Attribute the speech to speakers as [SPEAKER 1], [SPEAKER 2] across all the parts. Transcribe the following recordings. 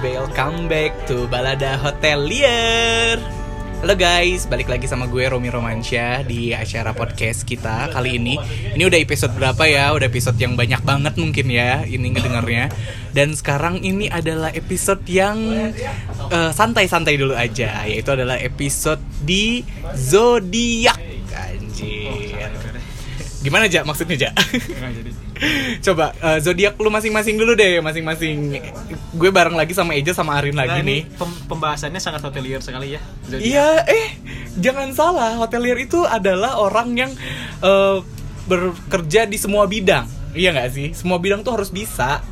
[SPEAKER 1] Welcome back to Balada Hotelier Halo guys, balik lagi sama gue Romi Romansyah di acara podcast kita kali ini Ini udah episode berapa ya? Udah episode yang banyak banget mungkin ya ini ngedengarnya Dan sekarang ini adalah episode yang eh, santai-santai dulu aja Yaitu adalah episode di Zodiak Anjir Gimana Ja maksudnya Ja?
[SPEAKER 2] Nggak Nah, jadi.
[SPEAKER 1] Coba eh, zodiak lu masing-masing dulu deh, masing-masing. Gue bareng lagi sama Eja sama Arin
[SPEAKER 2] Nah,
[SPEAKER 1] lagi nih.
[SPEAKER 2] ini pem- pembahasannya sangat hotelier sekali ya. Zodiac.
[SPEAKER 1] Iya, eh jangan salah, hotelier itu adalah orang yang eh, bekerja di semua bidang. Iya nggak sih? Semua bidang tuh harus bisa.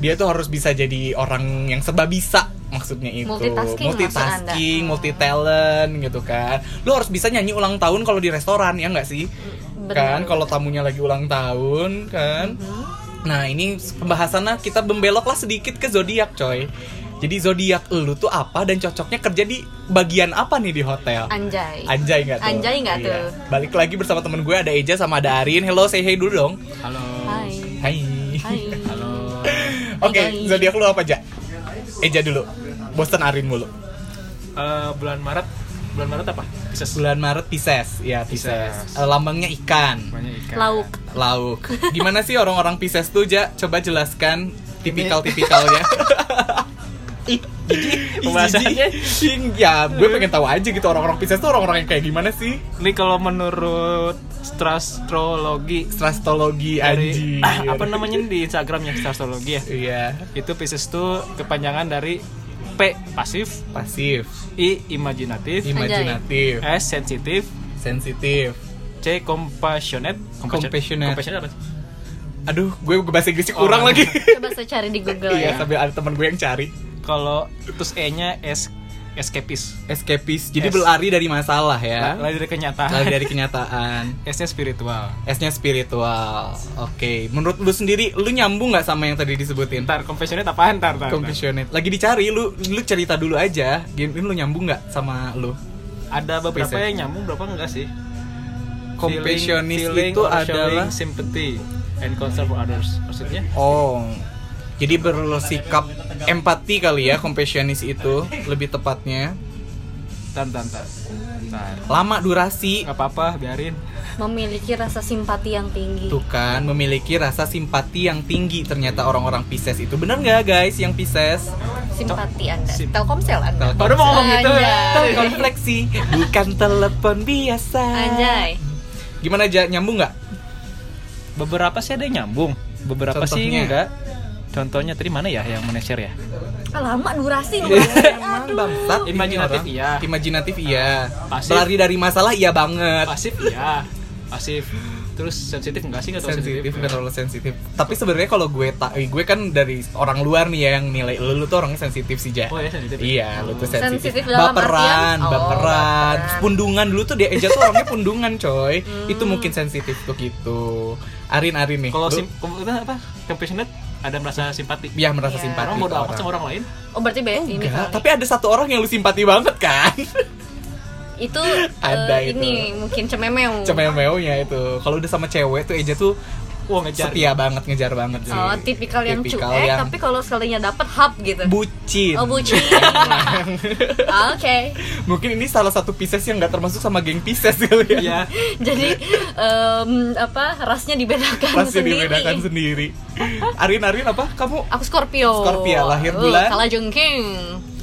[SPEAKER 1] Dia tuh harus bisa jadi orang yang serba bisa maksudnya itu.
[SPEAKER 3] Multitasking maksud
[SPEAKER 1] multitasking,
[SPEAKER 3] Anda. Hmm.
[SPEAKER 1] multi talent gitu kan. Lu harus bisa nyanyi ulang tahun kalau di restoran ya nggak sih?
[SPEAKER 3] Bener.
[SPEAKER 1] Kan kalau tamunya lagi ulang tahun kan.
[SPEAKER 3] Mm-hmm.
[SPEAKER 1] Nah, ini pembahasannya kita membeloklah sedikit ke zodiak, coy. Jadi zodiak lu tuh apa dan cocoknya kerja di bagian apa nih di hotel?
[SPEAKER 3] Anjay.
[SPEAKER 1] Anjay nggak tuh?
[SPEAKER 3] Anjay nggak
[SPEAKER 1] Iya.
[SPEAKER 3] tuh?
[SPEAKER 1] Balik lagi bersama temen gue ada Eja sama ada Arin. Hello, say hey dulu dong.
[SPEAKER 2] Halo.
[SPEAKER 3] Hai.
[SPEAKER 1] Hai.
[SPEAKER 3] Hai.
[SPEAKER 2] Halo.
[SPEAKER 1] Oke,
[SPEAKER 3] guys.
[SPEAKER 1] zodiak lu apa aja? Eja dulu. Bosen Arin mulu.
[SPEAKER 2] Eh, bulan Maret. Bulan Maret apa? Pisces.
[SPEAKER 1] Bulan Maret Pisces, ya Pisces.
[SPEAKER 2] Pisces.
[SPEAKER 1] Eh, Lambangnya ikan,
[SPEAKER 2] Banyak ikan.
[SPEAKER 3] Lauk.
[SPEAKER 1] lauk. Gimana sih orang-orang Pisces tuh, Ja? Coba jelaskan tipikal-tipikalnya. pembahasannya ya gue pengen tahu aja gitu orang-orang Pisces tuh orang-orang yang kayak gimana sih
[SPEAKER 2] Ini kalau menurut astrologi
[SPEAKER 1] strastologi anjing
[SPEAKER 2] Ah, apa namanya di Instagramnya astrologi ya?
[SPEAKER 1] iya
[SPEAKER 2] Itu Pisces tuh kepanjangan dari P pasif,
[SPEAKER 1] pasif
[SPEAKER 2] I imajinatif,
[SPEAKER 1] imajinatif
[SPEAKER 2] S sensitif,
[SPEAKER 1] sensitif
[SPEAKER 2] C compassionate,
[SPEAKER 1] Compassionate.
[SPEAKER 2] compassionate apa? sih?
[SPEAKER 1] aduh gue bahasa Inggrisnya kurang
[SPEAKER 2] Oh.
[SPEAKER 1] lagi
[SPEAKER 3] Coba saya cari di Google
[SPEAKER 1] iya
[SPEAKER 3] ya.
[SPEAKER 1] sambil ada teman gue yang cari
[SPEAKER 2] Kalau terus E-nya es escapist.
[SPEAKER 1] escapist jadi
[SPEAKER 2] Es.
[SPEAKER 1] berlari dari masalah ya
[SPEAKER 2] Lari dari kenyataan.
[SPEAKER 1] lari dari kenyataan
[SPEAKER 2] S-nya spiritual.
[SPEAKER 1] S-nya spiritual oke menurut lu sendiri lu nyambung nggak sama yang tadi disebutin
[SPEAKER 2] Ntar confessionate apaan ntar ntar, ntar.
[SPEAKER 1] Compassionate. Lagi dicari lu lu cerita dulu aja. Gini lu nyambung nggak sama lu?
[SPEAKER 2] Ada beberapa
[SPEAKER 1] Space, ya?
[SPEAKER 2] yang nyambung, berapa enggak sih?
[SPEAKER 1] Compassionist
[SPEAKER 2] Feeling- feeling
[SPEAKER 1] itu
[SPEAKER 2] or
[SPEAKER 1] adalah
[SPEAKER 2] showing sympathy and concern for others. Maksudnya?
[SPEAKER 1] Oh. Jadi bersikap empati kali ya compassionis itu lebih tepatnya.
[SPEAKER 2] Ntar ntar ntar. Ntar.
[SPEAKER 1] Lama durasi
[SPEAKER 2] Nggak apa-apa, biarin.
[SPEAKER 3] Memiliki rasa simpati yang tinggi.
[SPEAKER 1] tuh kan memiliki rasa simpati yang tinggi ternyata orang-orang Pisces itu benar nggak guys yang Pisces
[SPEAKER 3] Simpati Anda.
[SPEAKER 2] Sim-
[SPEAKER 3] Telkomsel Anda.
[SPEAKER 1] Telkomsel.
[SPEAKER 2] Baru mau ngomong gitu.
[SPEAKER 3] Anjay.
[SPEAKER 1] telepon fleksi bukan telepon biasa
[SPEAKER 3] Anjay.
[SPEAKER 1] gimana aja nyambung nggak
[SPEAKER 2] Beberapa sih ada yang nyambung, beberapa sih
[SPEAKER 1] Contohnya?
[SPEAKER 2] enggak. Contohnya tadi mana ya yang mana share ya?
[SPEAKER 3] Ah, lama durasi
[SPEAKER 1] Iya,
[SPEAKER 3] gitu. ngomongnya.
[SPEAKER 1] Emang
[SPEAKER 3] Aduh.
[SPEAKER 1] bangsat ini
[SPEAKER 2] Imajinatif
[SPEAKER 1] orang.
[SPEAKER 2] iya.
[SPEAKER 1] imajinatif iya
[SPEAKER 2] Pasif.
[SPEAKER 1] berlari dari masalah iya banget
[SPEAKER 2] Pasif iya. Pasif. Terus sensitif iya. enggak sih? Enggak terlalu
[SPEAKER 1] sensitif nggak terlalu sensitif tapi sebenarnya kalau gue tak gue kan dari orang luar nih ya yang nilai lu, lu tuh orangnya sensitif sih ja
[SPEAKER 2] Oh ya sensitif.
[SPEAKER 1] iya lu tuh sensitif,
[SPEAKER 3] Sensitif dalam
[SPEAKER 1] baperan
[SPEAKER 3] artian? Oh,
[SPEAKER 1] baperan
[SPEAKER 3] baperan. Hmm.
[SPEAKER 1] Terus pundungan dulu tuh dia Eja tuh orangnya pundungan coy itu mungkin sensitif tuh gitu Arin Arin nih
[SPEAKER 2] Kalau
[SPEAKER 1] lu-
[SPEAKER 2] sim, kom- apa? Compassionate ada merasa simpati.
[SPEAKER 1] ya merasa
[SPEAKER 3] Iya.
[SPEAKER 1] simpati
[SPEAKER 2] Orang
[SPEAKER 1] ke
[SPEAKER 2] bodo amat
[SPEAKER 1] orang.
[SPEAKER 2] sama orang lain.
[SPEAKER 3] Oh, berarti beda ini
[SPEAKER 1] Enggak,
[SPEAKER 3] kali.
[SPEAKER 1] tapi ada satu orang yang lu simpati banget kan
[SPEAKER 3] itu
[SPEAKER 1] Ada gitu.
[SPEAKER 3] eh,
[SPEAKER 1] itu.
[SPEAKER 3] ini mungkin cememeu.
[SPEAKER 1] cemeo-meonya itu kalau udah sama cewek tuh Eja tuh
[SPEAKER 2] Wah ngejar. gitu.
[SPEAKER 1] setia banget ngejar banget sih
[SPEAKER 3] Oh, tipikal yang
[SPEAKER 1] Tipikal
[SPEAKER 3] cuek,
[SPEAKER 1] yang
[SPEAKER 3] tapi kalau sekalinya dapat hap gitu.
[SPEAKER 1] bucin
[SPEAKER 3] Oh, bucin. Oke.
[SPEAKER 1] Mungkin ini salah satu Pisces yang nggak termasuk sama geng Pisces kali ya.
[SPEAKER 2] Iya.
[SPEAKER 3] Jadi em, apa rasnya dibedakan
[SPEAKER 1] Pasti
[SPEAKER 3] sendiri.
[SPEAKER 1] dibedakan sendiri. Arin Arin apa? Kamu
[SPEAKER 3] Aku Scorpio.
[SPEAKER 1] Scorpio, lahir
[SPEAKER 3] Uh,
[SPEAKER 1] bulan?
[SPEAKER 3] Salah jengking.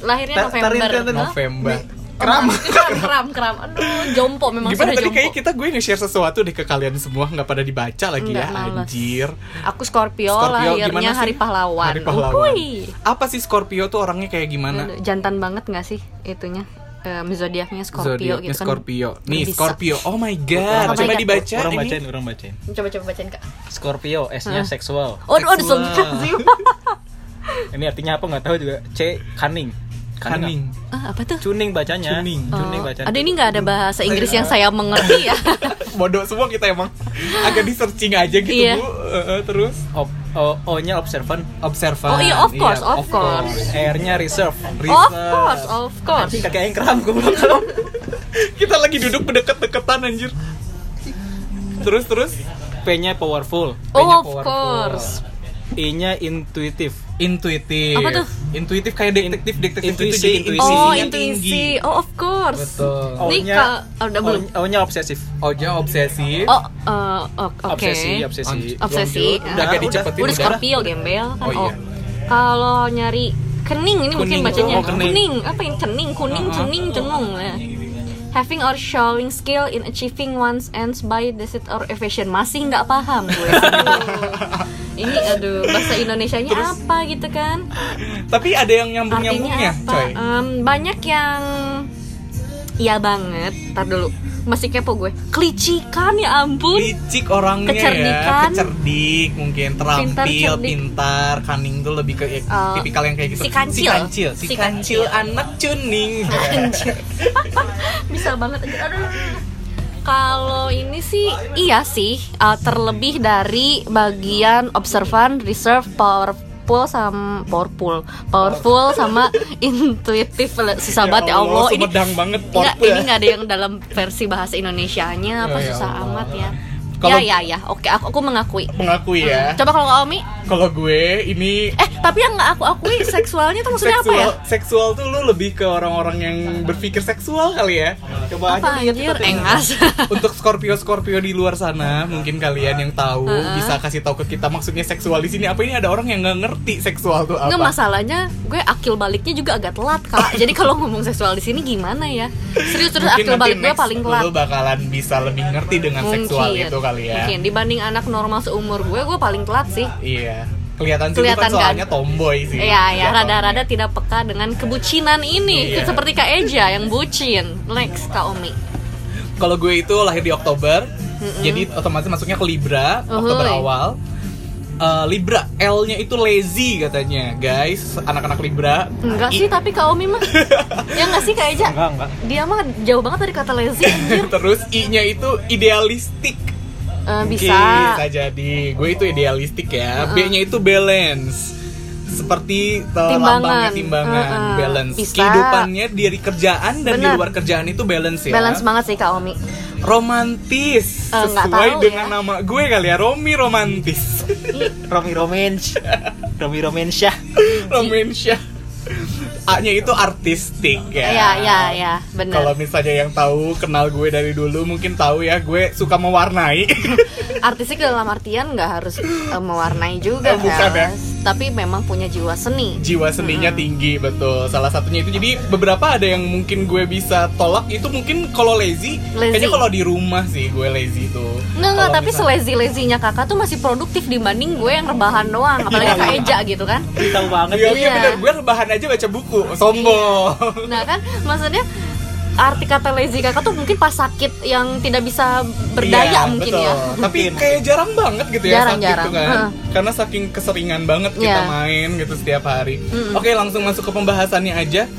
[SPEAKER 3] Lahirnya
[SPEAKER 2] Tar- tarin,
[SPEAKER 3] November.
[SPEAKER 2] tarin, tarin.
[SPEAKER 3] Hah?
[SPEAKER 1] November.
[SPEAKER 3] Kram. kram, kram, kram. Aduh, jompo memang
[SPEAKER 1] Gimana
[SPEAKER 3] sudah
[SPEAKER 1] tadi
[SPEAKER 3] jompo.
[SPEAKER 1] kayak kita gue nge-share sesuatu deh ke kalian semua nggak pada dibaca lagi
[SPEAKER 3] Nggak,
[SPEAKER 1] ya
[SPEAKER 3] males.
[SPEAKER 1] anjir.
[SPEAKER 3] Aku Scorpio,
[SPEAKER 1] Scorpio gimana
[SPEAKER 3] lahirnya
[SPEAKER 1] sih?
[SPEAKER 3] hari pahlawan.
[SPEAKER 1] Hari pahlawan.
[SPEAKER 3] Wuih.
[SPEAKER 1] Apa sih Scorpio tuh orangnya kayak gimana?
[SPEAKER 3] Aduh, Jantan banget gak sih itunya? Em, zodiaknya Scorpio
[SPEAKER 1] Zodiaknya
[SPEAKER 3] gitu kan.
[SPEAKER 1] Scorpio. Nih
[SPEAKER 3] Berbisa.
[SPEAKER 1] Scorpio. Oh my god.
[SPEAKER 3] Oh my
[SPEAKER 1] Coba
[SPEAKER 3] God.
[SPEAKER 1] dibaca
[SPEAKER 2] orang
[SPEAKER 1] ini.
[SPEAKER 2] bacain, orang bacain.
[SPEAKER 3] Coba coba bacain Kak.
[SPEAKER 2] Scorpio, S-nya
[SPEAKER 3] Hah?
[SPEAKER 2] seksual.
[SPEAKER 3] Oh, aduh, aduh,
[SPEAKER 2] Seksual.
[SPEAKER 3] sumpah sih.
[SPEAKER 2] Ini artinya apa nggak tahu juga. C, cunning.
[SPEAKER 1] Cunning.
[SPEAKER 2] nggak?
[SPEAKER 3] Ah, apa tuh?
[SPEAKER 2] Cuning bacanya.
[SPEAKER 1] Cuning.
[SPEAKER 2] Cuning
[SPEAKER 3] Oh,
[SPEAKER 2] bacanya.
[SPEAKER 3] aduh ini nggak ada bahasa Inggris yang saya mengerti ya.
[SPEAKER 1] Bodoh semua kita emang. Agak di searching aja gitu,
[SPEAKER 3] Iya.
[SPEAKER 1] Bu. Eh, eh, terus
[SPEAKER 2] Ob- o, O-nya observant.
[SPEAKER 1] observan.
[SPEAKER 3] Oh iya, of course, of course.
[SPEAKER 2] R-nya reserve.
[SPEAKER 3] of course, of course.
[SPEAKER 2] Anjing kakek yang kram gue belum.
[SPEAKER 1] kita lagi duduk berdeket-deketan anjir terus terus
[SPEAKER 2] P-nya powerful.
[SPEAKER 3] Oh, of
[SPEAKER 1] powerful.
[SPEAKER 3] course.
[SPEAKER 2] I-nya intuitive.
[SPEAKER 1] intuitif.
[SPEAKER 3] Apa tuh?
[SPEAKER 1] Intuitif kayak detektif, detektif
[SPEAKER 2] Intuisi,
[SPEAKER 1] itu jadi
[SPEAKER 2] intuisi.
[SPEAKER 1] intuisinya
[SPEAKER 3] Oh
[SPEAKER 2] Intuisinya
[SPEAKER 1] tinggi.
[SPEAKER 3] intuisi, oh of course.
[SPEAKER 1] Betul.
[SPEAKER 3] Nih
[SPEAKER 2] O-nya-
[SPEAKER 3] kalau oh, udah belum.
[SPEAKER 2] O- O-nya obsesif.
[SPEAKER 1] Oja obsesif.
[SPEAKER 3] Oh, eh, oh, oke.
[SPEAKER 2] Obsesi, obsesi.
[SPEAKER 1] Oh,
[SPEAKER 3] Obsesi,
[SPEAKER 1] belum dulu.
[SPEAKER 3] ah.
[SPEAKER 1] Udah agak
[SPEAKER 2] Udah,
[SPEAKER 1] dicepetin
[SPEAKER 3] Udah
[SPEAKER 1] udah.
[SPEAKER 3] Scorpio gembel kan.
[SPEAKER 1] Oh,
[SPEAKER 3] Oh,
[SPEAKER 1] iya.
[SPEAKER 3] Kalau nyari kening ini mungkin
[SPEAKER 1] Kuning.
[SPEAKER 3] bacanya
[SPEAKER 1] Oh, kening.
[SPEAKER 3] apa yang cening, kuning,
[SPEAKER 1] Uh-uh.
[SPEAKER 3] cening, cenung. Nah. Having or showing skill in achieving one's ends by deceit or evasion masih nggak paham gue. ini aduh bahasa Indonesianya apa gitu kan?
[SPEAKER 1] Tapi ada yang nyambung-nyambungnya,
[SPEAKER 3] Artinya apa?
[SPEAKER 1] coy.
[SPEAKER 3] Em, banyak yang Iya banget, tar dulu Masih kepo gue Kelicikan ya ampun
[SPEAKER 1] licik orangnya ya,
[SPEAKER 3] Kecerdikan.
[SPEAKER 1] kecerdik mungkin terampil,
[SPEAKER 3] Pintar,
[SPEAKER 1] pintar,
[SPEAKER 3] cerdik.
[SPEAKER 1] kaning tuh lebih ke eh,
[SPEAKER 3] Eh,
[SPEAKER 1] tipikal yang kayak gitu.
[SPEAKER 3] si kancil.
[SPEAKER 1] si kancil, si
[SPEAKER 3] Si kancil.
[SPEAKER 1] kancil anak cuning.
[SPEAKER 3] Bisa banget aja. Aduh. Kalau ini sih iya sih eh, Terlebih dari bagian observan, reserve, powerful sama powerful powerful sama intuitif susah banget ya Allah ini
[SPEAKER 1] Sumedang banget
[SPEAKER 3] Enggak,
[SPEAKER 1] portnya.
[SPEAKER 3] ini nggak ada yang dalam versi bahasa Indonesianya apa
[SPEAKER 1] Ya, ya
[SPEAKER 3] susah
[SPEAKER 1] Allah.
[SPEAKER 3] amat ya.
[SPEAKER 1] Kalau-
[SPEAKER 3] ya ya ya, oke aku, aku mengakui.
[SPEAKER 1] Mengakui ya.
[SPEAKER 3] Coba kalau Omi,
[SPEAKER 1] Kalau gue ini
[SPEAKER 3] Hmm. eh tapi yang nggak aku akui seksualnya tuh maksudnya apa ya?
[SPEAKER 1] seksual, seksual tuh lu lebih ke orang-orang yang berpikir seksual kali ya. Coba
[SPEAKER 3] Apa
[SPEAKER 1] aja lihat
[SPEAKER 3] anjir?
[SPEAKER 1] kita tengok.
[SPEAKER 3] Engas.
[SPEAKER 1] Untuk Scorpio Scorpio di luar sana, mungkin kalian yang tahu
[SPEAKER 3] Heeh.
[SPEAKER 1] bisa kasih tahu ke kita maksudnya seksual di sini apa ini ada orang yang nggak ngerti seksual tuh apa.
[SPEAKER 3] Nggak masalahnya, gue akil baliknya juga agak telat kak. Jadi kalau ngomong seksual di sini gimana ya? Serius terus
[SPEAKER 1] Mungkin
[SPEAKER 3] akil
[SPEAKER 1] nanti
[SPEAKER 3] balik gue
[SPEAKER 1] next
[SPEAKER 3] paling telat.
[SPEAKER 1] Lu bakalan bisa lebih ngerti dengan seksual itu kali ya.
[SPEAKER 3] Mungkin dibanding anak normal seumur gue, gue paling telat sih.
[SPEAKER 1] Iya. Kelihatan sih
[SPEAKER 3] Kelihatan
[SPEAKER 1] Kelihatan kan
[SPEAKER 3] kan?
[SPEAKER 1] soalnya tomboy sih.
[SPEAKER 3] Iya, ya,
[SPEAKER 1] Kelihatannya.
[SPEAKER 3] rada-rada tidak peka dengan kebucinan ini,
[SPEAKER 1] Iya.
[SPEAKER 3] seperti Kak Eja yang bucin. Next, Kak Omi.
[SPEAKER 1] Kalau gue itu lahir di Oktober, jadi otomatis masuknya ke Libra, Oktober
[SPEAKER 3] Uhuy.
[SPEAKER 1] awal. Eh, Libra L-nya itu lazy katanya, guys. Anak-anak Libra. Nah,
[SPEAKER 3] Enggak
[SPEAKER 1] I-
[SPEAKER 3] sih, tapi Kak Omi mah Ya enggak sih Kak Eja?
[SPEAKER 4] Enggak, enggak.
[SPEAKER 3] Dia mah jauh banget dari kata lazy anjir
[SPEAKER 1] Terus I-nya itu idealistik.
[SPEAKER 3] Eh,
[SPEAKER 1] Mungkin
[SPEAKER 3] Bisa
[SPEAKER 1] bisa jadi. Gue itu idealistik ya. B-nya itu balance. Seperti eh, lambangnya timbangan,
[SPEAKER 3] Heeh.
[SPEAKER 1] balance.
[SPEAKER 3] Bisa.
[SPEAKER 1] Kehidupannya dari kerjaan dan di
[SPEAKER 3] Benar.
[SPEAKER 1] luar kerjaan itu balance ya.
[SPEAKER 3] Balance banget sih Kak Omi
[SPEAKER 1] romantis
[SPEAKER 3] Eh, nggak
[SPEAKER 1] sesuai
[SPEAKER 3] tahu
[SPEAKER 1] dengan
[SPEAKER 3] ya.
[SPEAKER 1] nama gue kali ya Romi romantis
[SPEAKER 2] Romi Romens. Romi Romensyah.
[SPEAKER 1] Romensyah A-nya itu artistik ya
[SPEAKER 3] Iya, iya, iya, bener
[SPEAKER 1] kalau misalnya yang tahu kenal gue dari dulu mungkin tahu ya gue suka mewarnai
[SPEAKER 3] Artistik dalam artian nggak harus eh, mewarnai
[SPEAKER 1] Eh,
[SPEAKER 3] juga
[SPEAKER 1] bukan ya.
[SPEAKER 3] Fels. Tapi memang punya jiwa seni
[SPEAKER 1] jiwa seninya
[SPEAKER 3] Hmm.
[SPEAKER 1] tinggi betul salah satunya itu jadi beberapa ada yang mungkin gue bisa tolak itu mungkin kalau lazy,
[SPEAKER 3] Lazy.
[SPEAKER 1] kayaknya kalau di rumah sih gue lazy tuh
[SPEAKER 3] Enggak, enggak,
[SPEAKER 1] Kalau
[SPEAKER 3] tapi
[SPEAKER 1] misalnya-
[SPEAKER 3] selezi-lezinya kakak tuh masih produktif dibanding gue yang rebahan doang Apalagi Kak Eja gitu kan
[SPEAKER 2] Tahu banget.
[SPEAKER 1] Iya,
[SPEAKER 3] Iya.
[SPEAKER 1] iya bener, gue rebahan aja baca buku, sombong
[SPEAKER 3] Nah kan maksudnya arti kata lazy kakak tuh mungkin pas sakit yang tidak bisa
[SPEAKER 1] Iya,
[SPEAKER 3] berdaya mungkin
[SPEAKER 1] betul.
[SPEAKER 3] ya
[SPEAKER 1] Tapi kayak jarang banget gitu ya
[SPEAKER 3] Jarang,
[SPEAKER 1] sakit
[SPEAKER 3] jarang.
[SPEAKER 1] tuh kan.
[SPEAKER 3] Heeh.
[SPEAKER 1] Karena saking keseringan banget kita
[SPEAKER 3] Iya.
[SPEAKER 1] main gitu setiap hari.
[SPEAKER 3] Mm-mm.
[SPEAKER 1] Oke, langsung masuk ke pembahasannya aja.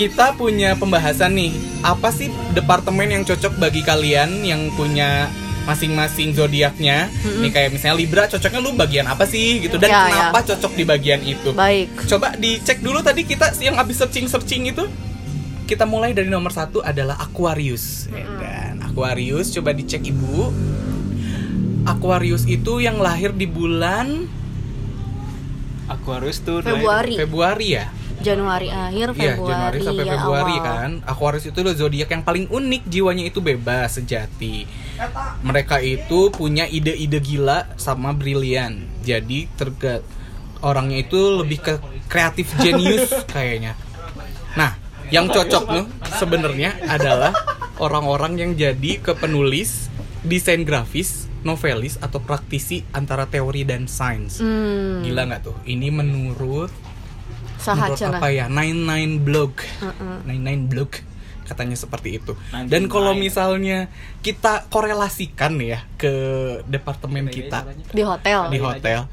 [SPEAKER 1] Kita punya pembahasan nih. Apa sih departemen yang cocok bagi kalian yang punya masing-masing zodiaknya? Nih kayak misalnya Libra cocoknya lu bagian apa sih gitu dan
[SPEAKER 3] Iya,
[SPEAKER 1] kenapa cocok di bagian itu?
[SPEAKER 3] Baik
[SPEAKER 1] Coba dicek dulu tadi kita yang habis searching-searching itu kita mulai dari nomor satu adalah Aquarius dan Aquarius coba dicek ibu Aquarius itu yang lahir di bulan
[SPEAKER 2] Aquarius tuh
[SPEAKER 3] Februari
[SPEAKER 1] Februari ya
[SPEAKER 3] Januari
[SPEAKER 1] Iya,
[SPEAKER 3] akhir Februari
[SPEAKER 1] Januari sampai
[SPEAKER 3] ya
[SPEAKER 1] Februari
[SPEAKER 3] awal.
[SPEAKER 1] kan. Aquarius itu loh zodiak yang paling unik, jiwanya itu bebas, sejati. Mereka itu punya ide-ide gila sama brilian. Jadi terga orangnya itu lebih ke kreatif genius kayaknya. Nah, yang cocok loh sebenarnya adalah orang-orang yang jadi ke penulis, desain grafis, novelis atau praktisi antara teori dan sains.
[SPEAKER 3] hmm,
[SPEAKER 1] Gila nggak tuh? Ini menurut
[SPEAKER 3] sahat
[SPEAKER 1] menurut
[SPEAKER 3] cenah.
[SPEAKER 1] apa ya 99 blog
[SPEAKER 3] Mm-mm.
[SPEAKER 1] 99 blog katanya seperti itu
[SPEAKER 2] 99.
[SPEAKER 1] dan kalau misalnya kita korelasikan ya ke
[SPEAKER 2] Iya,
[SPEAKER 1] departemen kita
[SPEAKER 3] di hotel
[SPEAKER 1] di hotel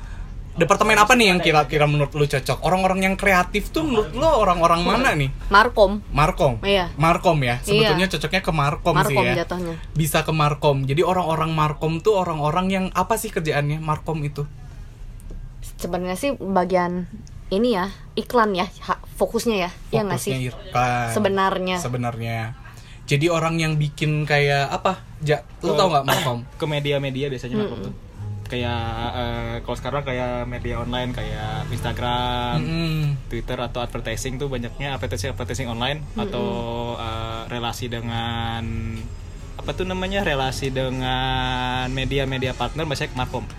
[SPEAKER 1] departemen apa nih yang kira-kira menurut lu cocok orang-orang yang kreatif tuh menurut lu orang-orang mana nih
[SPEAKER 3] Markom
[SPEAKER 1] Markom
[SPEAKER 3] Hmm. Iya.
[SPEAKER 1] Markom ya sebetulnya cocoknya ke Markom, sih
[SPEAKER 3] Markom
[SPEAKER 1] ya
[SPEAKER 3] jatuhnya
[SPEAKER 1] bisa ke Markom jadi orang-orang Markom tuh orang-orang yang apa sih kerjaannya Markom itu
[SPEAKER 3] sebenarnya sih bagian ini ya iklan ya ha- fokusnya ya ya nggak
[SPEAKER 1] fokusnya
[SPEAKER 3] sih
[SPEAKER 1] irfan.
[SPEAKER 3] Sebenarnya.
[SPEAKER 1] sebenarnya jadi orang yang bikin kayak apa ja lu
[SPEAKER 2] Eh,
[SPEAKER 1] tau nggak Markom
[SPEAKER 3] Iya.
[SPEAKER 2] ke media-media biasanya Markom tuh. kayak eh, kalau sekarang kayak media online kayak Instagram,
[SPEAKER 3] Iya.
[SPEAKER 1] Mm-mm.
[SPEAKER 2] Twitter atau advertising tuh banyaknya advertising advertising online atau eh, relasi dengan apa tuh namanya relasi dengan media-media partner biasanya ke Markom.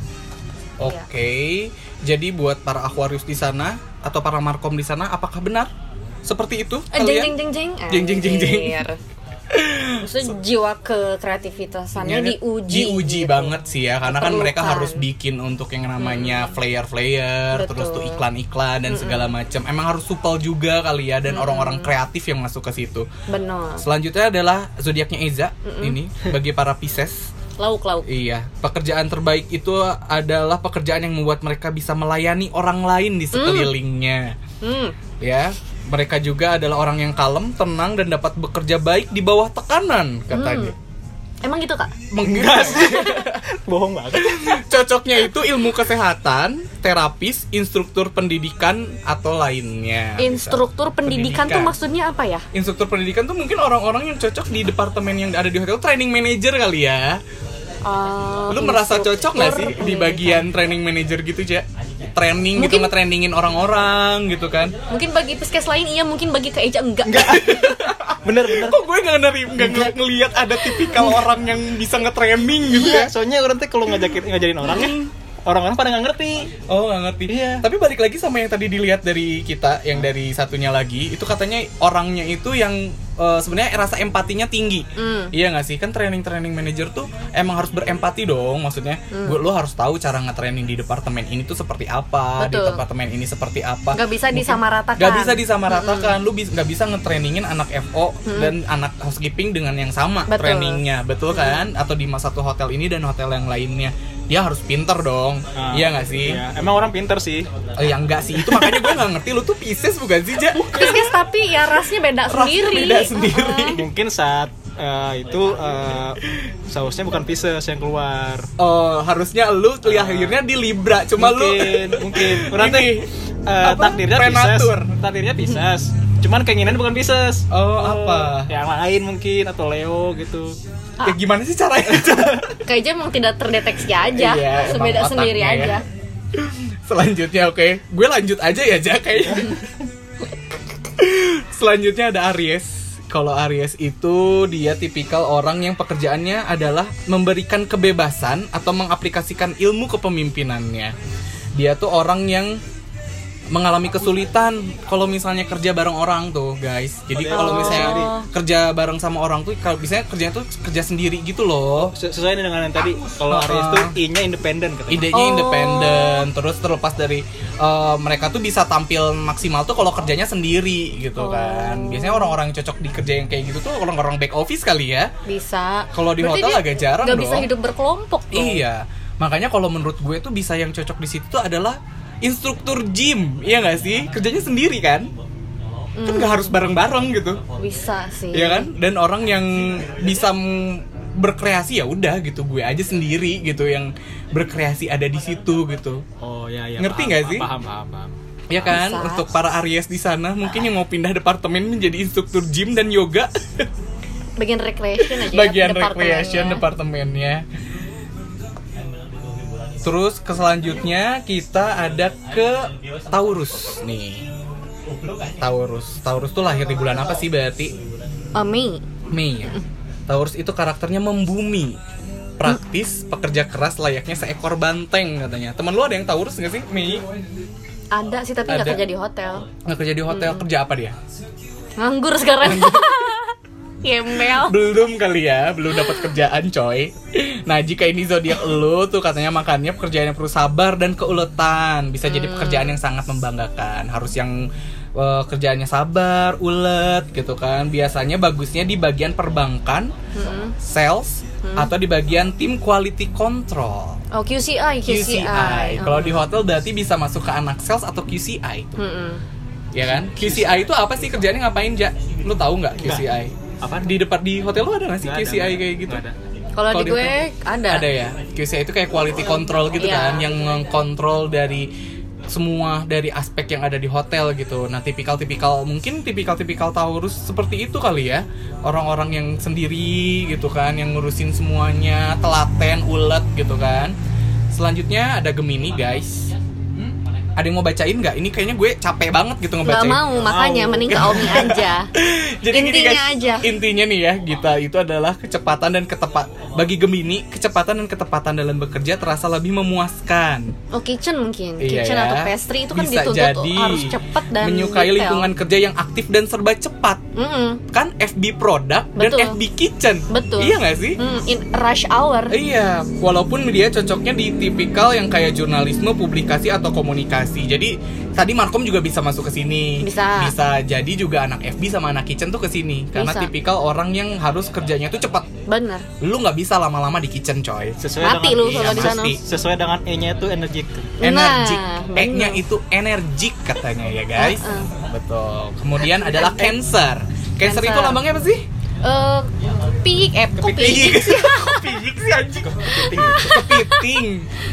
[SPEAKER 1] Oke, jadi buat para Aquarius di sana atau para Markom di sana, apakah benar seperti itu?
[SPEAKER 3] Eh,
[SPEAKER 1] kalian?
[SPEAKER 3] jeng jeng jeng jeng
[SPEAKER 1] Jeng, jeng, jeng, jeng.
[SPEAKER 3] Anjir. Maksudnya jiwa ke kreativitasannya diuji
[SPEAKER 1] diuji
[SPEAKER 3] gitu.
[SPEAKER 1] banget sih ya, karena kan mereka
[SPEAKER 3] Diperlukan.
[SPEAKER 1] harus bikin untuk yang namanya flyer-flyer, terus tuh
[SPEAKER 3] Hmm. Betul. Hmm.
[SPEAKER 1] iklan-iklan dan segala macam. Emang harus supel juga kali ya, dan orang-orang kreatif yang masuk ke situ.
[SPEAKER 3] benar
[SPEAKER 1] Selanjutnya adalah zodiaknya Eza
[SPEAKER 3] Hmm.
[SPEAKER 1] ini bagi para Pisces.
[SPEAKER 3] lauk lauk
[SPEAKER 1] Iya, pekerjaan terbaik itu adalah pekerjaan yang membuat mereka bisa melayani orang lain di sekelilingnya.
[SPEAKER 3] hmm.
[SPEAKER 1] Ya, mereka juga adalah orang yang kalem, tenang dan dapat bekerja baik di bawah tekanan katanya.
[SPEAKER 3] emang gitu kak
[SPEAKER 1] Menggas.
[SPEAKER 2] Bohong banget.
[SPEAKER 1] Cocoknya itu ilmu kesehatan, terapis, instruktur pendidikan atau lainnya.
[SPEAKER 3] instruktur pendidikan, tuh maksudnya apa ya
[SPEAKER 1] Instruktur pendidikan tuh mungkin orang-orang yang cocok di departemen yang ada di hotel training manager kali ya.
[SPEAKER 3] Eh,
[SPEAKER 1] Lu merasa cocok nggak sih
[SPEAKER 3] instruktur
[SPEAKER 1] di
[SPEAKER 3] pendidikan.
[SPEAKER 1] bagian training manager gitu, Cek? Training gitu
[SPEAKER 3] kan. Mungkin-
[SPEAKER 1] nge-trainingin orang-orang gitu kan.
[SPEAKER 3] mungkin bagi peskes lain iya mungkin bagi ke Eja enggak,
[SPEAKER 2] Bener bener.
[SPEAKER 1] Kok gue nggak nerima nggak ngel-
[SPEAKER 3] Iya.
[SPEAKER 1] ngelihat ada tipikal orang yang bisa nge-training gitu ya?
[SPEAKER 2] Iya, soalnya orang tuh kalau ngajakin ngajarin orang ya, orang-orang pada nggak ngerti.
[SPEAKER 1] Oh nggak ngerti.
[SPEAKER 2] Iya.
[SPEAKER 1] Tapi balik lagi sama yang tadi dilihat dari kita, yang dari satunya lagi, itu katanya orangnya itu yang eh, sebenarnya rasa empatinya tinggi.
[SPEAKER 3] Hmm.
[SPEAKER 1] Iya nggak sih? Kan training-training manager tuh emang harus berempati dong. Maksudnya,
[SPEAKER 3] Hmm.
[SPEAKER 1] gue lo harus tahu cara nge-training di departemen ini tuh seperti apa, di
[SPEAKER 3] Betul.
[SPEAKER 1] departemen ini seperti apa.
[SPEAKER 3] Nggak bisa
[SPEAKER 1] Mungkin-
[SPEAKER 3] disamaratakan.
[SPEAKER 1] Nggak bisa disamaratakan. Lu bis- nggak bisa nge-trainingin anak FO dan anak housekeeping dengan yang sama
[SPEAKER 3] Betul.
[SPEAKER 1] trainingnya, betul kan? Atau di satu hotel ini dan hotel yang lainnya. Dia harus pinter dong.
[SPEAKER 2] Ah,
[SPEAKER 1] iya nggak sih?
[SPEAKER 2] Iya, emang orang pinter sih.
[SPEAKER 1] Eh, ya enggak sih, itu makanya gue nggak ngerti lu tuh Pisces bukan sih, Ja?
[SPEAKER 3] peskes tapi ya rasnya beda
[SPEAKER 1] Rasanya
[SPEAKER 3] sendiri
[SPEAKER 1] beda sendiri.
[SPEAKER 2] Mungkin saat eh, itu eh, sausnya bukan Pisces yang keluar.
[SPEAKER 1] Oh, harusnya lu li- akhirnya di Libra, cuma
[SPEAKER 2] Ah. mungkin
[SPEAKER 1] lu
[SPEAKER 2] mungkin orang tuh
[SPEAKER 1] Ini,
[SPEAKER 2] eh,
[SPEAKER 1] apa?
[SPEAKER 2] takdirnya Pisces.
[SPEAKER 1] Prenatur.
[SPEAKER 2] Takdirnya Pisces. Cuman keinginan bukan Pisces.
[SPEAKER 1] Oh, apa?
[SPEAKER 2] Yang lain mungkin atau Leo gitu.
[SPEAKER 1] Ya gimana sih caranya? Ja?
[SPEAKER 3] Kayak aja emang tidak terdeteksi
[SPEAKER 1] Iya,
[SPEAKER 3] aja,
[SPEAKER 1] emang
[SPEAKER 3] sebeda
[SPEAKER 1] otaknya
[SPEAKER 3] sendiri
[SPEAKER 1] ya.
[SPEAKER 3] aja.
[SPEAKER 1] Selanjutnya oke, gue lanjut aja ya Ja kayaknya. Selanjutnya ada Aries. Kalau Aries itu dia tipikal orang yang pekerjaannya adalah memberikan kebebasan atau mengaplikasikan ilmu kepemimpinannya. Dia tuh orang yang mengalami kesulitan kalau misalnya kerja bareng orang tuh guys jadi kalau misalnya kerja bareng sama orang tuh kalau misalnya kerjanya tuh kerja sendiri gitu loh
[SPEAKER 2] Se- Sesuai dengan yang tadi kalau
[SPEAKER 1] Ah.
[SPEAKER 2] Aries tuh I-nya independen katanya.
[SPEAKER 1] idenya independen terus terlepas dari eh, mereka tuh bisa tampil maksimal tuh kalau kerjanya sendiri gitu kan biasanya orang-orang yang cocok di kerja yang kayak gitu tuh orang-orang back office kali ya
[SPEAKER 3] Bisa.
[SPEAKER 1] Kalau di
[SPEAKER 3] Berarti
[SPEAKER 1] hotel
[SPEAKER 3] dia
[SPEAKER 1] agak jarang
[SPEAKER 3] nggak bisa
[SPEAKER 1] dong.
[SPEAKER 3] hidup berkelompok tuh.
[SPEAKER 1] iya makanya kalau menurut gue tuh bisa yang cocok di situ tuh adalah instruktur gym iya gak sih kerjanya sendiri kan kan nggak harus bareng-bareng gitu
[SPEAKER 3] Bisa sih.
[SPEAKER 1] Iya kan? Dan orang yang bisa m- berkreasi ya udah gitu gue aja sendiri gitu yang berkreasi ada di situ gitu.
[SPEAKER 2] Oh ya ya.
[SPEAKER 1] Ngerti
[SPEAKER 2] paham,
[SPEAKER 1] nggak
[SPEAKER 2] paham,
[SPEAKER 1] sih?
[SPEAKER 2] Paham paham paham.
[SPEAKER 1] Ya kan?
[SPEAKER 3] Bisa.
[SPEAKER 1] Untuk para Aries di sana mungkin yang mau pindah departemen menjadi instruktur gym dan yoga
[SPEAKER 3] Bagian recreation aja. ya,
[SPEAKER 1] bagian
[SPEAKER 3] departemennya.
[SPEAKER 1] recreation departemennya. Terus ke selanjutnya kita ada ke Taurus nih. Taurus. Taurus tuh lahir di bulan apa sih berarti?
[SPEAKER 3] Oh, Mei.
[SPEAKER 1] Mei ya. Taurus itu karakternya membumi praktis, pekerja keras layaknya seekor banteng katanya. Temen lu ada yang Taurus nggak sih? Mei
[SPEAKER 3] Ada sih tapi nggak
[SPEAKER 1] Ada.
[SPEAKER 3] kerja di hotel.
[SPEAKER 1] nggak kerja di hotel kerja apa dia?
[SPEAKER 3] Nganggur sekarang. Gembel.
[SPEAKER 1] Belum kali ya, belum dapat kerjaan coy. Nah jika ini zodiak lu tuh katanya makannya pekerjaan yang perlu sabar dan keuletan, bisa jadi pekerjaan yang sangat membanggakan. Harus yang eh, kerjaannya sabar, ulet gitu kan. Biasanya bagusnya di bagian perbankan, sales, atau di bagian tim quality control.
[SPEAKER 3] Oh QCI, QCI. Hmm.
[SPEAKER 1] QCI. Kalau di hotel berarti bisa masuk ke anak sales atau QCI itu.
[SPEAKER 3] Mm-mm.
[SPEAKER 1] Ya kan? QCI itu apa sih kerjanya ngapain, Ja? Lu tahu nggak QCI?
[SPEAKER 2] Apaan?
[SPEAKER 1] Di depan di hotel lu ada nggak sih
[SPEAKER 2] Nggak ada,
[SPEAKER 1] QCI
[SPEAKER 2] nggak ada.
[SPEAKER 1] kayak gitu?
[SPEAKER 2] Nggak ada.
[SPEAKER 3] Kalau di gue
[SPEAKER 1] hotel-
[SPEAKER 3] ada.
[SPEAKER 1] Ada ya. QCI itu kayak quality control gitu
[SPEAKER 3] Iya.
[SPEAKER 1] kan yang mengkontrol dari semua dari aspek yang ada di hotel gitu. Nah, tipikal-tipikal mungkin tipikal-tipikal Taurus seperti itu kali ya. Orang-orang yang sendiri gitu kan, yang ngurusin semuanya, telaten, ulet gitu kan. Selanjutnya ada Gemini guys.
[SPEAKER 2] Hmm?
[SPEAKER 1] Ada yang mau bacain nggak? Ini kayaknya gue capek banget gitu
[SPEAKER 3] nggak
[SPEAKER 1] ngebacain.
[SPEAKER 3] mau makanya
[SPEAKER 2] Mau.
[SPEAKER 3] mending ke Omi aja
[SPEAKER 1] Jadi gini,
[SPEAKER 3] Intinya
[SPEAKER 1] guys,
[SPEAKER 3] aja.
[SPEAKER 1] Intinya nih ya, Gita itu adalah kecepatan dan ketepat. Bagi Gemini, kecepatan dan ketepatan dalam bekerja terasa lebih memuaskan.
[SPEAKER 3] oh kitchen mungkin
[SPEAKER 1] Iya
[SPEAKER 3] kitchen
[SPEAKER 1] ya.
[SPEAKER 3] atau pastry itu kan
[SPEAKER 1] Bisa
[SPEAKER 3] dituntut
[SPEAKER 1] jadi
[SPEAKER 3] harus cepet dan
[SPEAKER 1] menyukai
[SPEAKER 3] detail.
[SPEAKER 1] lingkungan kerja yang aktif dan serba cepat.
[SPEAKER 3] Mm-mm.
[SPEAKER 1] Kan FB product
[SPEAKER 3] Betul.
[SPEAKER 1] dan FB kitchen.
[SPEAKER 3] Betul.
[SPEAKER 1] Iya nggak sih?
[SPEAKER 3] Mm, in rush hour
[SPEAKER 1] Iya, walaupun dia cocoknya di tipikal yang kayak jurnalisme, publikasi atau komunikasi. Jadi tadi Markom juga bisa masuk ke sini.
[SPEAKER 3] Bisa.
[SPEAKER 1] jadi juga anak FB sama anak kitchen tuh ke sini karena
[SPEAKER 3] Bisa.
[SPEAKER 1] tipikal orang yang harus kerjanya tuh cepat.
[SPEAKER 3] bener
[SPEAKER 1] Lu nggak bisa lama-lama di kitchen, coy.
[SPEAKER 2] Sesuai dengan
[SPEAKER 3] mati lu
[SPEAKER 1] iya,
[SPEAKER 3] kalau di sana
[SPEAKER 1] pasti.
[SPEAKER 2] sesuai dengan E-nya itu energi.
[SPEAKER 1] Energik.
[SPEAKER 3] Nah,
[SPEAKER 1] E-nya
[SPEAKER 3] bener.
[SPEAKER 1] itu energik katanya ya, guys.
[SPEAKER 3] Uh-uh.
[SPEAKER 1] Betul. Kemudian adalah cancer. Cancer itu
[SPEAKER 3] Cancer.
[SPEAKER 1] lambangnya apa sih?
[SPEAKER 3] Eh, pik eh kok pik
[SPEAKER 1] Kepiting sih anjing. Kepiting.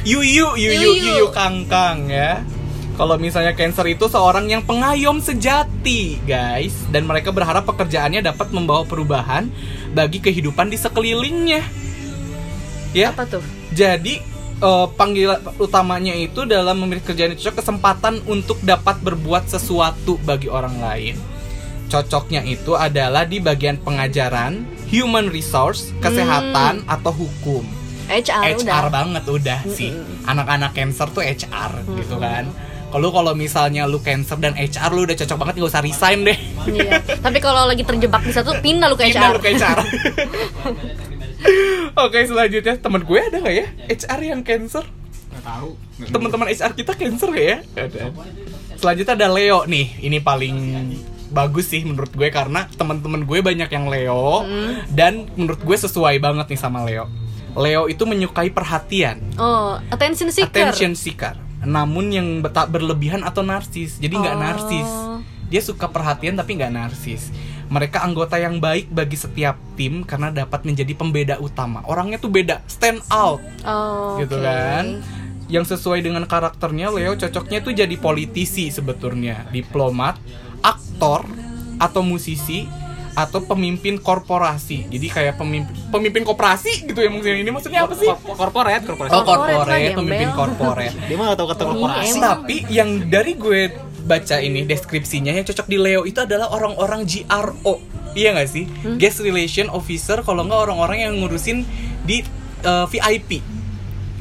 [SPEAKER 1] Yuyu, yuyu,
[SPEAKER 3] Yuyu.
[SPEAKER 1] yuyu kangkang ya. Kalau misalnya Cancer itu seorang yang pengayom sejati, guys, dan mereka berharap pekerjaannya dapat membawa perubahan bagi kehidupan di sekelilingnya. Ya,
[SPEAKER 3] apa tuh
[SPEAKER 1] jadi eh, panggilan utamanya itu dalam memilih kerjaan yang cocok kesempatan untuk dapat berbuat sesuatu bagi orang lain. Cocoknya itu adalah di bagian pengajaran, human resource, kesehatan atau hukum.
[SPEAKER 3] HR, Ah, udah
[SPEAKER 1] HR banget udah sih. Anak-anak cancer tuh HR gitu kan. Kalau kalau misalnya lu cancer dan HR lu udah cocok banget nggak usah resign deh.
[SPEAKER 3] Iya. Tapi kalau lagi terjebak di satu pindah lu ke
[SPEAKER 1] Pindah
[SPEAKER 3] HR.
[SPEAKER 1] lu ke HR. Oke selanjutnya temen gue ada nggak ya HR yang cancer?
[SPEAKER 2] Nggak tahu.
[SPEAKER 1] teman-teman HR kita cancer ya. Selanjutnya ada Leo nih. Ini paling bagus sih menurut gue karena teman-teman gue banyak yang Leo dan menurut gue sesuai banget nih sama Leo. Leo itu menyukai perhatian,
[SPEAKER 3] Oh, attention seeker.
[SPEAKER 1] attention seeker. Namun yang tak berlebihan atau narsis. Jadi nggak
[SPEAKER 3] Oh.
[SPEAKER 1] narsis. Dia suka perhatian tapi nggak narsis. Mereka anggota yang baik bagi setiap tim karena dapat menjadi pembeda utama. Orangnya tuh beda, stand out
[SPEAKER 3] Oh,
[SPEAKER 1] gitu
[SPEAKER 3] oke.
[SPEAKER 1] kan yang sesuai dengan karakternya Leo cocoknya itu jadi politisi sebetulnya diplomat aktor atau musisi atau pemimpin korporasi jadi kayak pemimpin pemimpin korporasi gitu ya mungkin ini maksudnya apa sih
[SPEAKER 2] Korporat, korporat.
[SPEAKER 1] oh
[SPEAKER 3] Korporat,
[SPEAKER 1] korporat pemimpin
[SPEAKER 3] gembel.
[SPEAKER 1] korporat
[SPEAKER 2] Dia mah nggak tahu kata korporasi.
[SPEAKER 3] Emang.
[SPEAKER 1] tapi yang dari gue baca ini deskripsinya yang cocok di Leo itu adalah orang-orang GRO iya nggak sih guest relation officer kalau nggak orang-orang yang ngurusin di eh, VIP